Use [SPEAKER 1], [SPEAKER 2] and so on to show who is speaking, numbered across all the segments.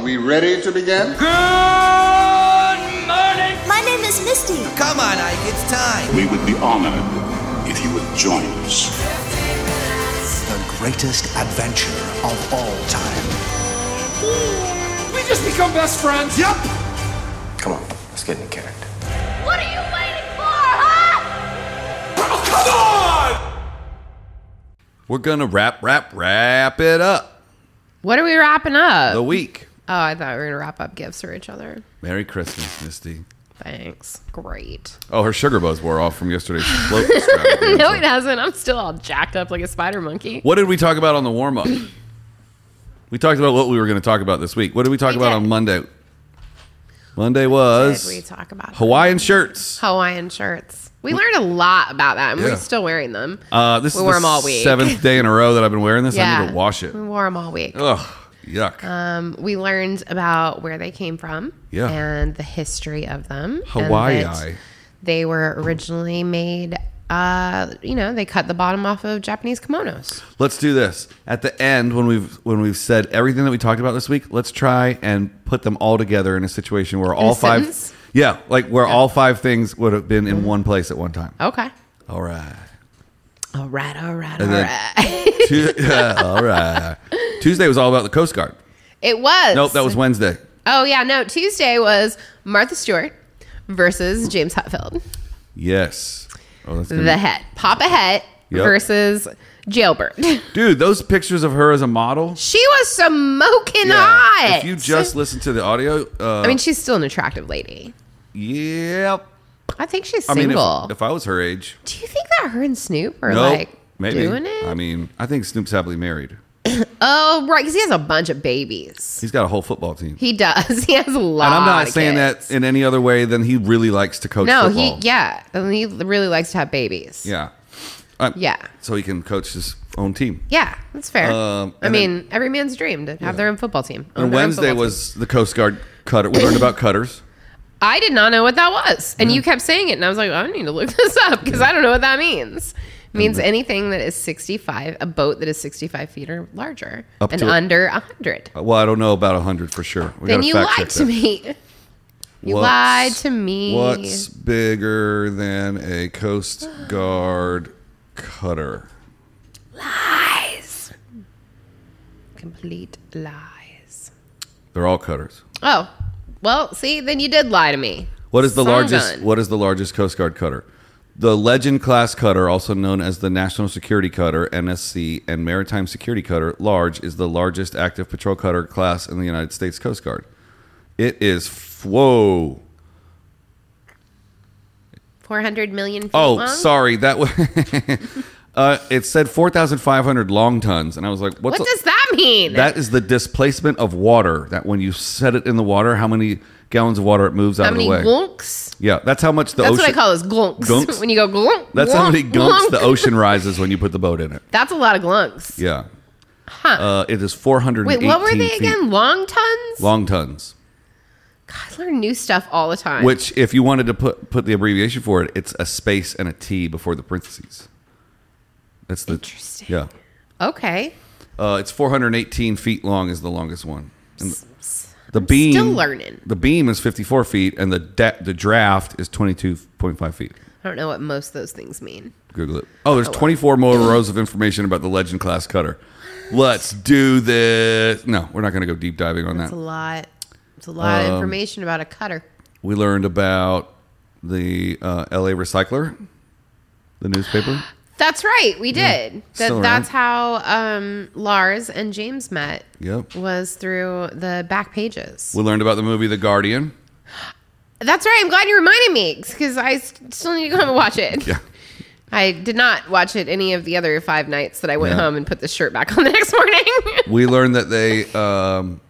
[SPEAKER 1] we ready to begin?
[SPEAKER 2] My name is Misty.
[SPEAKER 3] Come on, Ike, it's time.
[SPEAKER 4] We would be honored if you would join us.
[SPEAKER 5] the greatest adventure of all time.
[SPEAKER 6] We just become best friends. Yep.
[SPEAKER 7] Come on, let's get in character.
[SPEAKER 2] What are you waiting for, huh?
[SPEAKER 8] We're gonna wrap, wrap, wrap it up
[SPEAKER 9] What are we wrapping up?
[SPEAKER 8] the week.
[SPEAKER 9] oh, I thought we were gonna wrap up gifts for each other.
[SPEAKER 8] Merry Christmas, Misty.
[SPEAKER 9] Thanks. Great.
[SPEAKER 8] Oh, her sugar buzz wore off from yesterday's float. extravaganza.
[SPEAKER 9] No, it hasn't. I'm still all jacked up like a spider monkey.
[SPEAKER 8] What did we talk about on the warm up? we talked about what we were going to talk about this week. What did we talk
[SPEAKER 9] We
[SPEAKER 8] about
[SPEAKER 9] did.
[SPEAKER 8] on Monday? Monday
[SPEAKER 9] did we
[SPEAKER 8] was
[SPEAKER 9] talk about?
[SPEAKER 8] Hawaiian shirts.
[SPEAKER 9] Hawaiian shirts. We learned a lot about that, and
[SPEAKER 8] Yeah.
[SPEAKER 9] we're still wearing them.
[SPEAKER 8] Uh, this
[SPEAKER 9] we
[SPEAKER 8] is
[SPEAKER 9] wore
[SPEAKER 8] the
[SPEAKER 9] them all week.
[SPEAKER 8] seventh day in a row that I've been wearing this. I need to wash it. Oh.
[SPEAKER 9] We wore them all week.
[SPEAKER 8] Ugh, yuck.
[SPEAKER 9] Um, we learned about where they came from
[SPEAKER 8] Yeah.
[SPEAKER 9] and the history of them. and
[SPEAKER 8] Hawaii.
[SPEAKER 9] that They were originally made, uh, you know, they cut the bottom off of Japanese kimonos.
[SPEAKER 8] Let's do this at the end when we've when we've said everything that we talked about this week. Let's try and put them all together in a situation where all five,
[SPEAKER 9] sentence?
[SPEAKER 8] yeah, like where all five things would have been in one place at one time.
[SPEAKER 9] Okay.
[SPEAKER 8] All right.
[SPEAKER 9] All right, all right, all
[SPEAKER 8] And then-
[SPEAKER 9] right.
[SPEAKER 8] Tu- all right. Tuesday was all about the Coast Guard.
[SPEAKER 9] it was.
[SPEAKER 8] Nope, that was Wednesday.
[SPEAKER 9] Oh, yeah. No, Tuesday was Martha Stewart versus James Hetfield.
[SPEAKER 8] Yes. Oh, that's
[SPEAKER 9] The
[SPEAKER 8] good.
[SPEAKER 9] Het. Papa Het
[SPEAKER 8] Yep.
[SPEAKER 9] versus Jailbird.
[SPEAKER 8] Dude, those pictures of her as a model.
[SPEAKER 9] she was smoking hot.
[SPEAKER 8] If you just listen to the audio, uh,
[SPEAKER 9] I mean, she's still an attractive lady.
[SPEAKER 8] yep.
[SPEAKER 9] I think she's
[SPEAKER 8] I mean,
[SPEAKER 9] single.
[SPEAKER 8] if, if I was her age,
[SPEAKER 9] Do you think that her and Snoop are
[SPEAKER 8] no,
[SPEAKER 9] like
[SPEAKER 8] maybe.
[SPEAKER 9] doing it?
[SPEAKER 8] I mean, I think Snoop's happily married.
[SPEAKER 9] oh, right, because he has a bunch of babies.
[SPEAKER 8] He's got a whole football team.
[SPEAKER 9] He does. He has a lot.
[SPEAKER 8] and I'm not
[SPEAKER 9] of
[SPEAKER 8] saying
[SPEAKER 9] kids.
[SPEAKER 8] that in any other way than he really likes to coach
[SPEAKER 9] No,
[SPEAKER 8] football.
[SPEAKER 9] he yeah, and he really likes to have babies.
[SPEAKER 8] Yeah. Um,
[SPEAKER 9] Yeah.
[SPEAKER 8] So he can coach his own team.
[SPEAKER 9] Yeah, that's fair.
[SPEAKER 8] Um,
[SPEAKER 9] I
[SPEAKER 8] and
[SPEAKER 9] mean, every man's dream to have their own football team. own
[SPEAKER 8] And
[SPEAKER 9] their own
[SPEAKER 8] Wednesday
[SPEAKER 9] football team.
[SPEAKER 8] was the Coast Guard cutter. We learned about cutters.
[SPEAKER 9] I did not know what that was, and you kept saying it, and I was like, I need to look this up because I don't know what that means. It means
[SPEAKER 8] Mm-hmm.
[SPEAKER 9] anything that is 65, a boat that is 65 feet or larger,
[SPEAKER 8] Up
[SPEAKER 9] and
[SPEAKER 8] to-
[SPEAKER 9] under 100.
[SPEAKER 8] Uh, Well, I don't know about 100 for sure. We
[SPEAKER 9] Then
[SPEAKER 8] gotta
[SPEAKER 9] you
[SPEAKER 8] fact
[SPEAKER 9] lied
[SPEAKER 8] check
[SPEAKER 9] to
[SPEAKER 8] that.
[SPEAKER 9] me. You
[SPEAKER 8] What's-
[SPEAKER 9] lied to me.
[SPEAKER 8] What's bigger than a Coast Guard cutter?
[SPEAKER 9] Complete lies.
[SPEAKER 8] They're all cutters.
[SPEAKER 9] Oh, well, see, then you did lie to me.
[SPEAKER 8] What is the
[SPEAKER 9] Some
[SPEAKER 8] largest?
[SPEAKER 9] gun.
[SPEAKER 8] What is the largest Coast Guard cutter? The Legend class cutter, also known as the National Security Cutter (NSC) and Maritime Security Cutter (Large), is the largest active patrol cutter class in the United States Coast Guard. It is f- whoa.
[SPEAKER 9] 400 million feet
[SPEAKER 8] Oh,
[SPEAKER 9] long?
[SPEAKER 8] sorry, that was. uh, it said four thousand five hundred long tons, and I was like, "What's
[SPEAKER 9] What
[SPEAKER 8] a-
[SPEAKER 9] does that mean?
[SPEAKER 8] That is the displacement of water. That when you set it in the water, how many gallons of water it moves out
[SPEAKER 9] How
[SPEAKER 8] of the
[SPEAKER 9] many
[SPEAKER 8] way.
[SPEAKER 9] glunks?
[SPEAKER 8] Yeah, that's how much the
[SPEAKER 9] That's
[SPEAKER 8] ocean.
[SPEAKER 9] what I call those glunks.
[SPEAKER 8] Glunks?
[SPEAKER 9] when you go glunk.
[SPEAKER 8] That's
[SPEAKER 9] glunk,
[SPEAKER 8] how many gunks
[SPEAKER 9] glunk.
[SPEAKER 8] the ocean rises when you put the boat in it.
[SPEAKER 9] That's a lot of glunks.
[SPEAKER 8] Yeah. Uh, it is four hundred.
[SPEAKER 9] Wait, what were they again? Long tons?
[SPEAKER 8] Long tons.
[SPEAKER 9] I learn new stuff all the time.
[SPEAKER 8] Which, if you wanted to put put the abbreviation for it, it's a space and a T before the parentheses. That's the
[SPEAKER 9] Interesting.
[SPEAKER 8] Yeah,
[SPEAKER 9] okay.
[SPEAKER 8] uh, it's four hundred eighteen feet long is the longest one. And the- the beam
[SPEAKER 9] still learning.
[SPEAKER 8] The beam is fifty four feet, and the da- the draft is twenty two point five feet.
[SPEAKER 9] I don't know what most of those things mean.
[SPEAKER 8] Google it. Oh, there's 24 more rows of information about the Legend class cutter. Let's do this. No, we're not going to go deep diving on
[SPEAKER 9] It's a
[SPEAKER 8] that.
[SPEAKER 9] lot. It's a lot
[SPEAKER 8] Um,
[SPEAKER 9] of information about a cutter.
[SPEAKER 8] We learned about the uh, LA Recycler, the newspaper.
[SPEAKER 9] That's right. We did.
[SPEAKER 8] still
[SPEAKER 9] That,
[SPEAKER 8] around.
[SPEAKER 9] that's how um, Lars and James met.
[SPEAKER 8] Yep.
[SPEAKER 9] Was through the back pages.
[SPEAKER 8] We learned about the movie The Guardian.
[SPEAKER 9] That's right. I'm glad you reminded me because I s- still need to go home and watch it.
[SPEAKER 8] Yeah.
[SPEAKER 9] I did not watch it any of the other five nights that I went
[SPEAKER 8] Yeah.
[SPEAKER 9] home and put the shirt back on the next morning.
[SPEAKER 8] We learned that they um,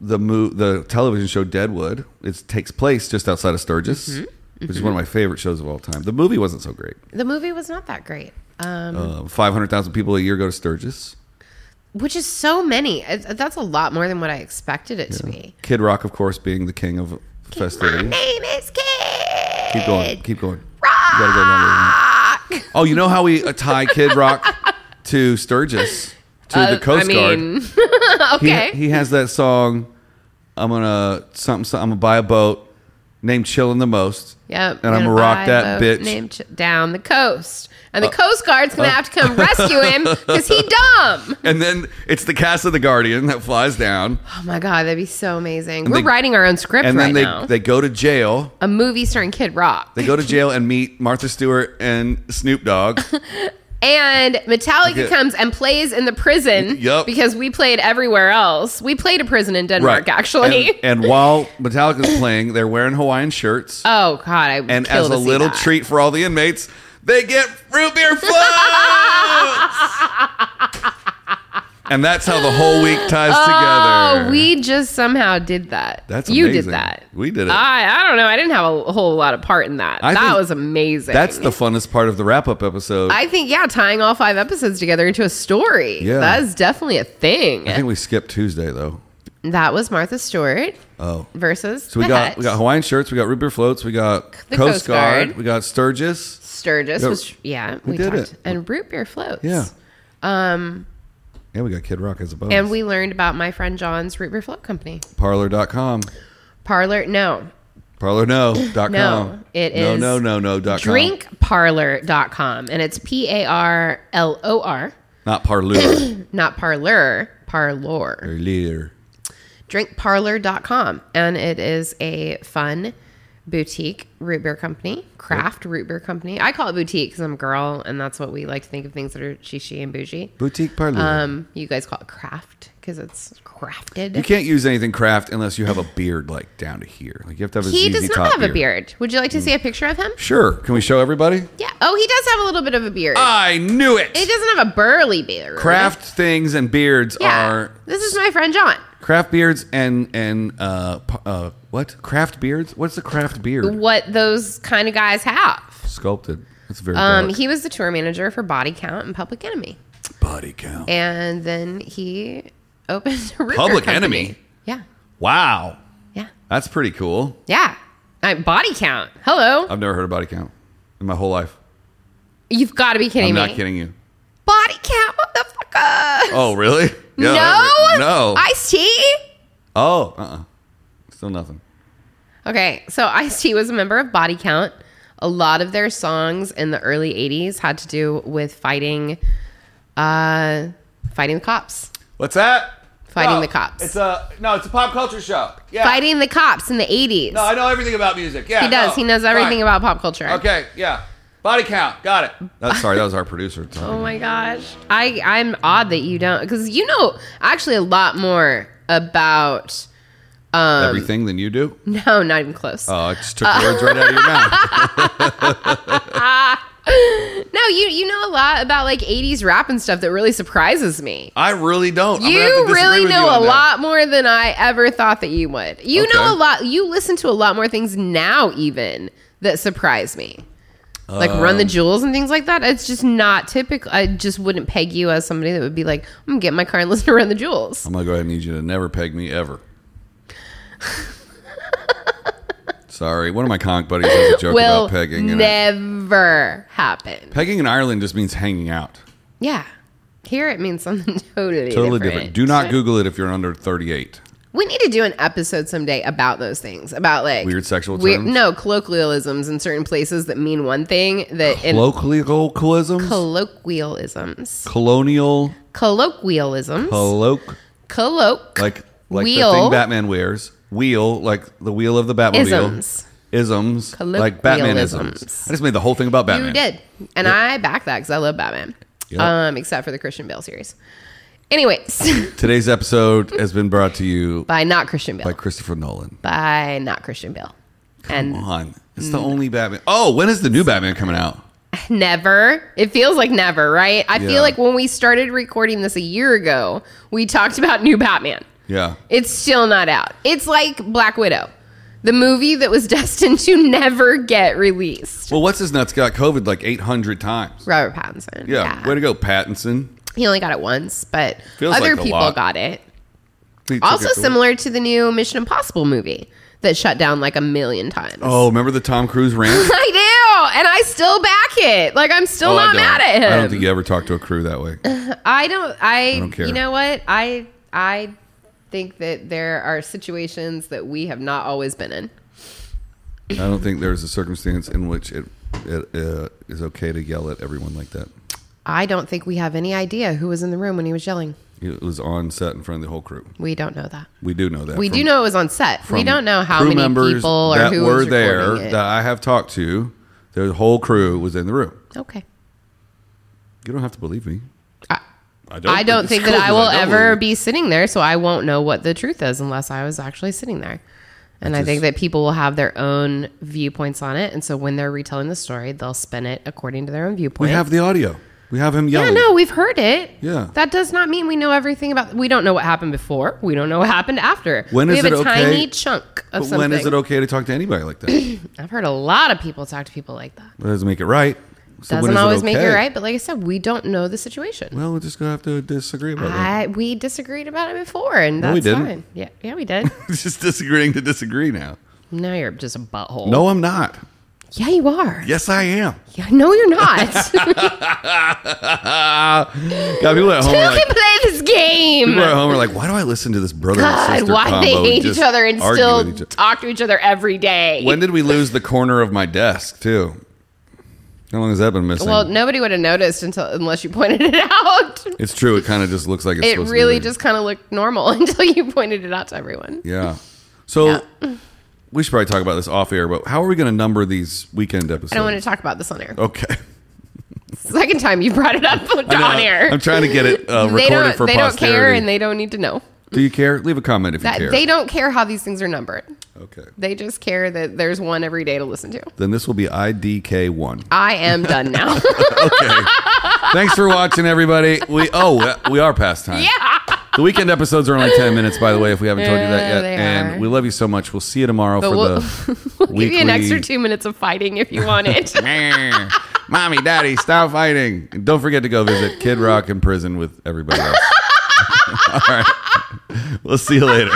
[SPEAKER 8] the mo- the television show Deadwood. It takes place just outside of Sturgis,
[SPEAKER 9] Mm-hmm.
[SPEAKER 8] which is one of my favorite shows of all time. The movie wasn't so great.
[SPEAKER 9] the movie was not that great. Um,
[SPEAKER 8] Uh, Five hundred thousand people a year go to Sturgis.
[SPEAKER 9] which is so many. It's- That's a lot more than what I expected it to be.
[SPEAKER 8] Kid Rock, of course, being the king of
[SPEAKER 9] My
[SPEAKER 8] festivities.
[SPEAKER 9] name is Kid.
[SPEAKER 8] Keep going. Keep going.
[SPEAKER 9] Rock.
[SPEAKER 8] You gotta go longer than that. Oh, you know how we uh, tie Kid Rock to Sturgis to the Coast
[SPEAKER 9] Uh, I mean,
[SPEAKER 8] Guard. He-
[SPEAKER 9] okay.
[SPEAKER 8] He, has that song. I'm gonna something. some- I'm gonna buy a boat named Chillin' the Most.
[SPEAKER 9] Yep.
[SPEAKER 8] And I'm gonna rock
[SPEAKER 9] buy
[SPEAKER 8] that
[SPEAKER 9] boat
[SPEAKER 8] bitch. Uh,
[SPEAKER 9] named Ch- down the coast, and the Coast Guard's gonna have to come rescue him because he dumb.
[SPEAKER 8] And then it's the cast of the Guardian that flies down,
[SPEAKER 9] Oh my god, that'd be so amazing. We're
[SPEAKER 8] they-
[SPEAKER 9] writing our own script
[SPEAKER 8] and
[SPEAKER 9] right
[SPEAKER 8] then they
[SPEAKER 9] now.
[SPEAKER 8] they go to jail.
[SPEAKER 9] a movie starring Kid Rock
[SPEAKER 8] They go to jail and meet Martha Stewart and Snoop Dogg.
[SPEAKER 9] and Metallica
[SPEAKER 8] Okay.
[SPEAKER 9] comes and plays in the prison.
[SPEAKER 8] Yup.
[SPEAKER 9] Because we played everywhere else. We played a prison in Denmark actually.
[SPEAKER 8] And, and while Metallica's playing, they're wearing Hawaiian shirts.
[SPEAKER 9] oh god, I would
[SPEAKER 8] and
[SPEAKER 9] kill
[SPEAKER 8] as
[SPEAKER 9] to
[SPEAKER 8] a
[SPEAKER 9] see
[SPEAKER 8] little
[SPEAKER 9] that.
[SPEAKER 8] treat for all the inmates, they get root beer floats. and that's how the whole week ties
[SPEAKER 9] Oh,
[SPEAKER 8] together.
[SPEAKER 9] we just somehow did that.
[SPEAKER 8] That's
[SPEAKER 9] you
[SPEAKER 8] amazing.
[SPEAKER 9] did that.
[SPEAKER 8] We did it.
[SPEAKER 9] I I don't know. I didn't have a whole lot of part in that.
[SPEAKER 8] I
[SPEAKER 9] that
[SPEAKER 8] think
[SPEAKER 9] was amazing.
[SPEAKER 8] that's the funnest part of the wrap up episode. I,
[SPEAKER 9] I think yeah, tying all five episodes together into a story.
[SPEAKER 8] Yeah.
[SPEAKER 9] that is definitely a thing.
[SPEAKER 8] think we skipped Tuesday though.
[SPEAKER 9] that was Martha Stewart
[SPEAKER 8] Oh.
[SPEAKER 9] versus
[SPEAKER 8] So we
[SPEAKER 9] the
[SPEAKER 8] got
[SPEAKER 9] Hut.
[SPEAKER 8] we got Hawaiian shirts, we got root beer floats, we got
[SPEAKER 9] The
[SPEAKER 8] Coast,
[SPEAKER 9] Coast
[SPEAKER 8] Guard,
[SPEAKER 9] Guard.
[SPEAKER 8] we got Sturgis.
[SPEAKER 9] Sturgis.
[SPEAKER 8] Yeah,
[SPEAKER 9] was, yeah,
[SPEAKER 8] we
[SPEAKER 9] we,
[SPEAKER 8] did
[SPEAKER 9] talked.
[SPEAKER 8] it.
[SPEAKER 9] And root beer floats.
[SPEAKER 8] Yeah. Um Yeah, we got Kid Rock as a bonus.
[SPEAKER 9] And we learned about my friend John's root beer float company.
[SPEAKER 8] parlor.com.
[SPEAKER 9] Parlor, no,
[SPEAKER 8] Parlor no dot
[SPEAKER 9] No,
[SPEAKER 8] com.
[SPEAKER 9] it
[SPEAKER 8] no,
[SPEAKER 9] is
[SPEAKER 8] no no no dot com.
[SPEAKER 9] drinkparlor.com. And it's P A R L O R,
[SPEAKER 8] not parlor.
[SPEAKER 9] not parlor, parlor.
[SPEAKER 8] Parlor.
[SPEAKER 9] Drinkparlor.com. And it is a fun boutique root beer company, craft root beer company. I call it boutique because I'm a girl and that's what we like to think of things that are shishi and bougie.
[SPEAKER 8] Boutique parlor.
[SPEAKER 9] Um, you guys call it craft because it's crafted.
[SPEAKER 8] You can't use anything craft unless you have a beard like down to here. Like you have to have a ZZ
[SPEAKER 9] he does
[SPEAKER 8] Top Mm.
[SPEAKER 9] not have a beard. Would you like to see a picture of him?
[SPEAKER 8] Sure. Can we show everybody?
[SPEAKER 9] Yeah. Oh, he does have a little bit of a beard.
[SPEAKER 8] I knew it.
[SPEAKER 9] He doesn't have a burly beard.
[SPEAKER 8] craft things and beards
[SPEAKER 9] Yeah.
[SPEAKER 8] are
[SPEAKER 9] This is my friend John.
[SPEAKER 8] craft beards and and uh p- uh what craft beards? What's the craft beard?
[SPEAKER 9] What those kind of guys have.
[SPEAKER 8] Sculpted. That's very
[SPEAKER 9] Um,
[SPEAKER 8] dark.
[SPEAKER 9] he was the tour manager for Body Count and Public Enemy,
[SPEAKER 8] body count.
[SPEAKER 9] and then he opened a root beer
[SPEAKER 8] Public
[SPEAKER 9] company.
[SPEAKER 8] Enemy?
[SPEAKER 9] Yeah,
[SPEAKER 8] wow,
[SPEAKER 9] yeah,
[SPEAKER 8] that's pretty cool.
[SPEAKER 9] yeah. I, body Count. Hello,
[SPEAKER 8] I've never heard of body count in my whole life.
[SPEAKER 9] you've got to be kidding
[SPEAKER 8] I'm
[SPEAKER 9] me.
[SPEAKER 8] not kidding you.
[SPEAKER 9] Body Count, motherfucker.
[SPEAKER 8] Oh really? Yeah,
[SPEAKER 9] no,
[SPEAKER 8] that- no.
[SPEAKER 9] Ice T.
[SPEAKER 8] oh, uh, uh still nothing.
[SPEAKER 9] Okay, so Ice T was a member of Body Count. A lot of their songs in the early '80s had to do with fighting, uh, fighting the cops,
[SPEAKER 8] What's that?
[SPEAKER 9] Fighting
[SPEAKER 8] No,
[SPEAKER 9] the cops.
[SPEAKER 8] It's a no. It's a pop culture show. Yeah.
[SPEAKER 9] fighting the cops in the '80s.
[SPEAKER 8] No, I know everything about music. Yeah.
[SPEAKER 9] he does.
[SPEAKER 8] no,
[SPEAKER 9] he knows everything
[SPEAKER 8] fine.
[SPEAKER 9] about pop culture.
[SPEAKER 8] Okay. Yeah. Body count. Got it. sorry, that was our producer.
[SPEAKER 9] Oh my gosh, I I'm odd that you don't because you know actually a lot more about.
[SPEAKER 8] Everything than you do.
[SPEAKER 9] No, not even close.
[SPEAKER 8] Oh, I just took the words right out of your mouth.
[SPEAKER 9] no, you you know a lot about like '80s rap and stuff that really surprises me.
[SPEAKER 8] I really don't. I'm gonna have to
[SPEAKER 9] you
[SPEAKER 8] disagree
[SPEAKER 9] really
[SPEAKER 8] with
[SPEAKER 9] know
[SPEAKER 8] you
[SPEAKER 9] a
[SPEAKER 8] on that.
[SPEAKER 9] lot more than I ever thought that you would. You
[SPEAKER 8] Okay.
[SPEAKER 9] know a lot. You listen to a lot more things now, even that surprise me, like Run
[SPEAKER 8] Um,
[SPEAKER 9] the Jewels and things like that. It's just not typical. I just wouldn't peg you as somebody that would be like, "I'm gonna get in my car and listen to Run the Jewels."
[SPEAKER 8] I'm gonna go ahead and need you to never peg me ever. Sorry, one of my conch buddies has a joke
[SPEAKER 9] Will
[SPEAKER 8] about pegging. and I-
[SPEAKER 9] never happen.
[SPEAKER 8] pegging in Ireland just means hanging out.
[SPEAKER 9] Yeah, here it means something totally
[SPEAKER 8] Totally different. Do not Google it if you're under 38.
[SPEAKER 9] We need to do an episode someday about those things, about like
[SPEAKER 8] Weird sexual terms?
[SPEAKER 9] No colloquialisms in certain places that mean one thing that in
[SPEAKER 8] Colloquialisms?
[SPEAKER 9] colloquialisms,
[SPEAKER 8] colonial
[SPEAKER 9] colloquialisms,
[SPEAKER 8] colloque
[SPEAKER 9] colloq,
[SPEAKER 8] like like
[SPEAKER 9] wheel,
[SPEAKER 8] the thing Batman wears. Wheel like the wheel of the Batmobile.
[SPEAKER 9] Isms.
[SPEAKER 8] Isms like Batman isms.
[SPEAKER 9] Colloquialisms.
[SPEAKER 8] I just made the whole thing about Batman.
[SPEAKER 9] You did, and I back that because I love Batman,
[SPEAKER 8] Yep.
[SPEAKER 9] um, except for the Christian Bale series. Anyways,
[SPEAKER 8] Today's episode has been brought to you
[SPEAKER 9] by not Christian Bale,
[SPEAKER 8] by Christopher Nolan.
[SPEAKER 9] by not Christian Bale, and Mm.
[SPEAKER 8] Come on, it's the only Batman. Oh, when is the new Batman coming out?
[SPEAKER 9] Never. It feels like never, right? I
[SPEAKER 8] Yeah.
[SPEAKER 9] feel like when we started recording this a year ago, we talked about New Batman.
[SPEAKER 8] Yeah,
[SPEAKER 9] It's still not out. It's like Black Widow, the movie that was destined to never get released.
[SPEAKER 8] Well, what's his nuts got COVID like 800 times.
[SPEAKER 9] Robert Pattinson.
[SPEAKER 8] Yeah. Way to go, Pattinson.
[SPEAKER 9] He only got it once, but
[SPEAKER 8] Feels
[SPEAKER 9] other
[SPEAKER 8] like a
[SPEAKER 9] people
[SPEAKER 8] lot.
[SPEAKER 9] got it.
[SPEAKER 8] He took
[SPEAKER 9] Also
[SPEAKER 8] it to-
[SPEAKER 9] similar to the new Mission Impossible movie that shut down like a million times.
[SPEAKER 8] Oh, remember the Tom Cruise rant?
[SPEAKER 9] I do, and I still back it. Like I'm still
[SPEAKER 8] Oh, I
[SPEAKER 9] not
[SPEAKER 8] don't.
[SPEAKER 9] mad at him.
[SPEAKER 8] I don't think you ever talked to a crew that way.
[SPEAKER 9] I don't. I.
[SPEAKER 8] don't care.
[SPEAKER 9] You know what? I. I think that there are situations that we have not always been in.
[SPEAKER 8] I don't think there's a circumstance in which it, it uh, is okay to yell at everyone like that.
[SPEAKER 9] I don't think we have any idea who was in the room when he was yelling.
[SPEAKER 8] It was on set in front of the whole crew.
[SPEAKER 9] We don't know that.
[SPEAKER 8] We do know that.
[SPEAKER 9] We
[SPEAKER 8] from-
[SPEAKER 9] do know it was on set. We
[SPEAKER 8] from
[SPEAKER 9] don't know how
[SPEAKER 8] crew
[SPEAKER 9] many
[SPEAKER 8] members
[SPEAKER 9] people or
[SPEAKER 8] that
[SPEAKER 9] who
[SPEAKER 8] were
[SPEAKER 9] was
[SPEAKER 8] there
[SPEAKER 9] recording it.
[SPEAKER 8] that I have talked to. The whole crew was in the room.
[SPEAKER 9] okay.
[SPEAKER 8] You don't have to believe me. I, don't.
[SPEAKER 9] I don't
[SPEAKER 8] It's
[SPEAKER 9] think
[SPEAKER 8] cool
[SPEAKER 9] that I
[SPEAKER 8] 'cause
[SPEAKER 9] will
[SPEAKER 8] don't
[SPEAKER 9] ever
[SPEAKER 8] believe
[SPEAKER 9] be sitting there, so I won't know what the truth is unless I was actually sitting there. And I think
[SPEAKER 8] just-
[SPEAKER 9] that people will have their own viewpoints on it, and so when they're retelling the story, they'll spin it according to their own
[SPEAKER 8] you. We
[SPEAKER 9] viewpoint.
[SPEAKER 8] have the audio. We have him
[SPEAKER 9] yeah,
[SPEAKER 8] yelling.
[SPEAKER 9] no, we've heard it.
[SPEAKER 8] Yeah.
[SPEAKER 9] that does not mean we know everything about. We don't know what happened before. We don't know what happened after.
[SPEAKER 8] When
[SPEAKER 9] we
[SPEAKER 8] is
[SPEAKER 9] have
[SPEAKER 8] it
[SPEAKER 9] a
[SPEAKER 8] okay-
[SPEAKER 9] tiny chunk of
[SPEAKER 8] But
[SPEAKER 9] something.
[SPEAKER 8] when is it okay to talk to anybody like that? that
[SPEAKER 9] I've heard a lot of people talk to people like that.
[SPEAKER 8] doesn't make it right. So when
[SPEAKER 9] Doesn't
[SPEAKER 8] is
[SPEAKER 9] always make it
[SPEAKER 8] okay?
[SPEAKER 9] right, but like I said, we don't know the situation.
[SPEAKER 8] Well, we're just gonna have to disagree about it.
[SPEAKER 9] I we disagreed about it before, and
[SPEAKER 8] No,
[SPEAKER 9] that's
[SPEAKER 8] we didn't.
[SPEAKER 9] fine. Yeah, yeah, we did.
[SPEAKER 8] just disagreeing to disagree now.
[SPEAKER 9] now you're just a butthole.
[SPEAKER 8] No, I'm not.
[SPEAKER 9] Yeah, you are.
[SPEAKER 8] Yes, I am.
[SPEAKER 9] Yeah, no, you're not. Who
[SPEAKER 8] Yeah, people at home are
[SPEAKER 9] can
[SPEAKER 8] like,
[SPEAKER 9] play this game?
[SPEAKER 8] people at home are like, why do I listen to this brother and
[SPEAKER 9] God,
[SPEAKER 8] sister
[SPEAKER 9] why
[SPEAKER 8] combo
[SPEAKER 9] they hate each
[SPEAKER 8] just
[SPEAKER 9] other and
[SPEAKER 8] argue
[SPEAKER 9] still
[SPEAKER 8] with each other?"
[SPEAKER 9] talk to each other every day?
[SPEAKER 8] When did we lose the corner of my desk too? How long has that been missing?
[SPEAKER 9] well, nobody would have noticed until unless you pointed it out.
[SPEAKER 8] it's true. It kind of just looks like it's
[SPEAKER 9] It
[SPEAKER 8] supposed to be
[SPEAKER 9] really
[SPEAKER 8] there.
[SPEAKER 9] just kind of looked normal until you pointed it out to everyone.
[SPEAKER 8] yeah. So we should probably talk about this off air. But how are we going to number these weekend episodes?
[SPEAKER 9] I don't want to talk about this on air.
[SPEAKER 8] Okay.
[SPEAKER 9] Second time you brought it up on air.
[SPEAKER 8] I'm trying to get it uh,
[SPEAKER 9] they
[SPEAKER 8] recorded
[SPEAKER 9] don't.
[SPEAKER 8] for
[SPEAKER 9] They don't
[SPEAKER 8] posterity.
[SPEAKER 9] care, and they don't need to know.
[SPEAKER 8] Do you care? Leave a comment if
[SPEAKER 9] That
[SPEAKER 8] you care.
[SPEAKER 9] they don't care how these things are numbered.
[SPEAKER 8] okay.
[SPEAKER 9] They just care that there's one every day to listen to.
[SPEAKER 8] Then this will be IDK one.
[SPEAKER 9] I am done now.
[SPEAKER 8] Thanks for watching, everybody. We oh we are past time.
[SPEAKER 9] yeah.
[SPEAKER 8] The weekend episodes are only ten minutes, by the way, if we haven't told you that
[SPEAKER 9] Yeah,
[SPEAKER 8] yet.
[SPEAKER 9] they
[SPEAKER 8] and
[SPEAKER 9] are.
[SPEAKER 8] we love you so much. We'll see you tomorrow
[SPEAKER 9] But
[SPEAKER 8] for
[SPEAKER 9] we'll,
[SPEAKER 8] the
[SPEAKER 9] we'll give you an
[SPEAKER 8] weekly-
[SPEAKER 9] extra two minutes of fighting if you want it.
[SPEAKER 8] Meh. Mommy, daddy, stop fighting. And don't forget to go visit Kid Rock in prison with everybody else. All right. We'll see you later.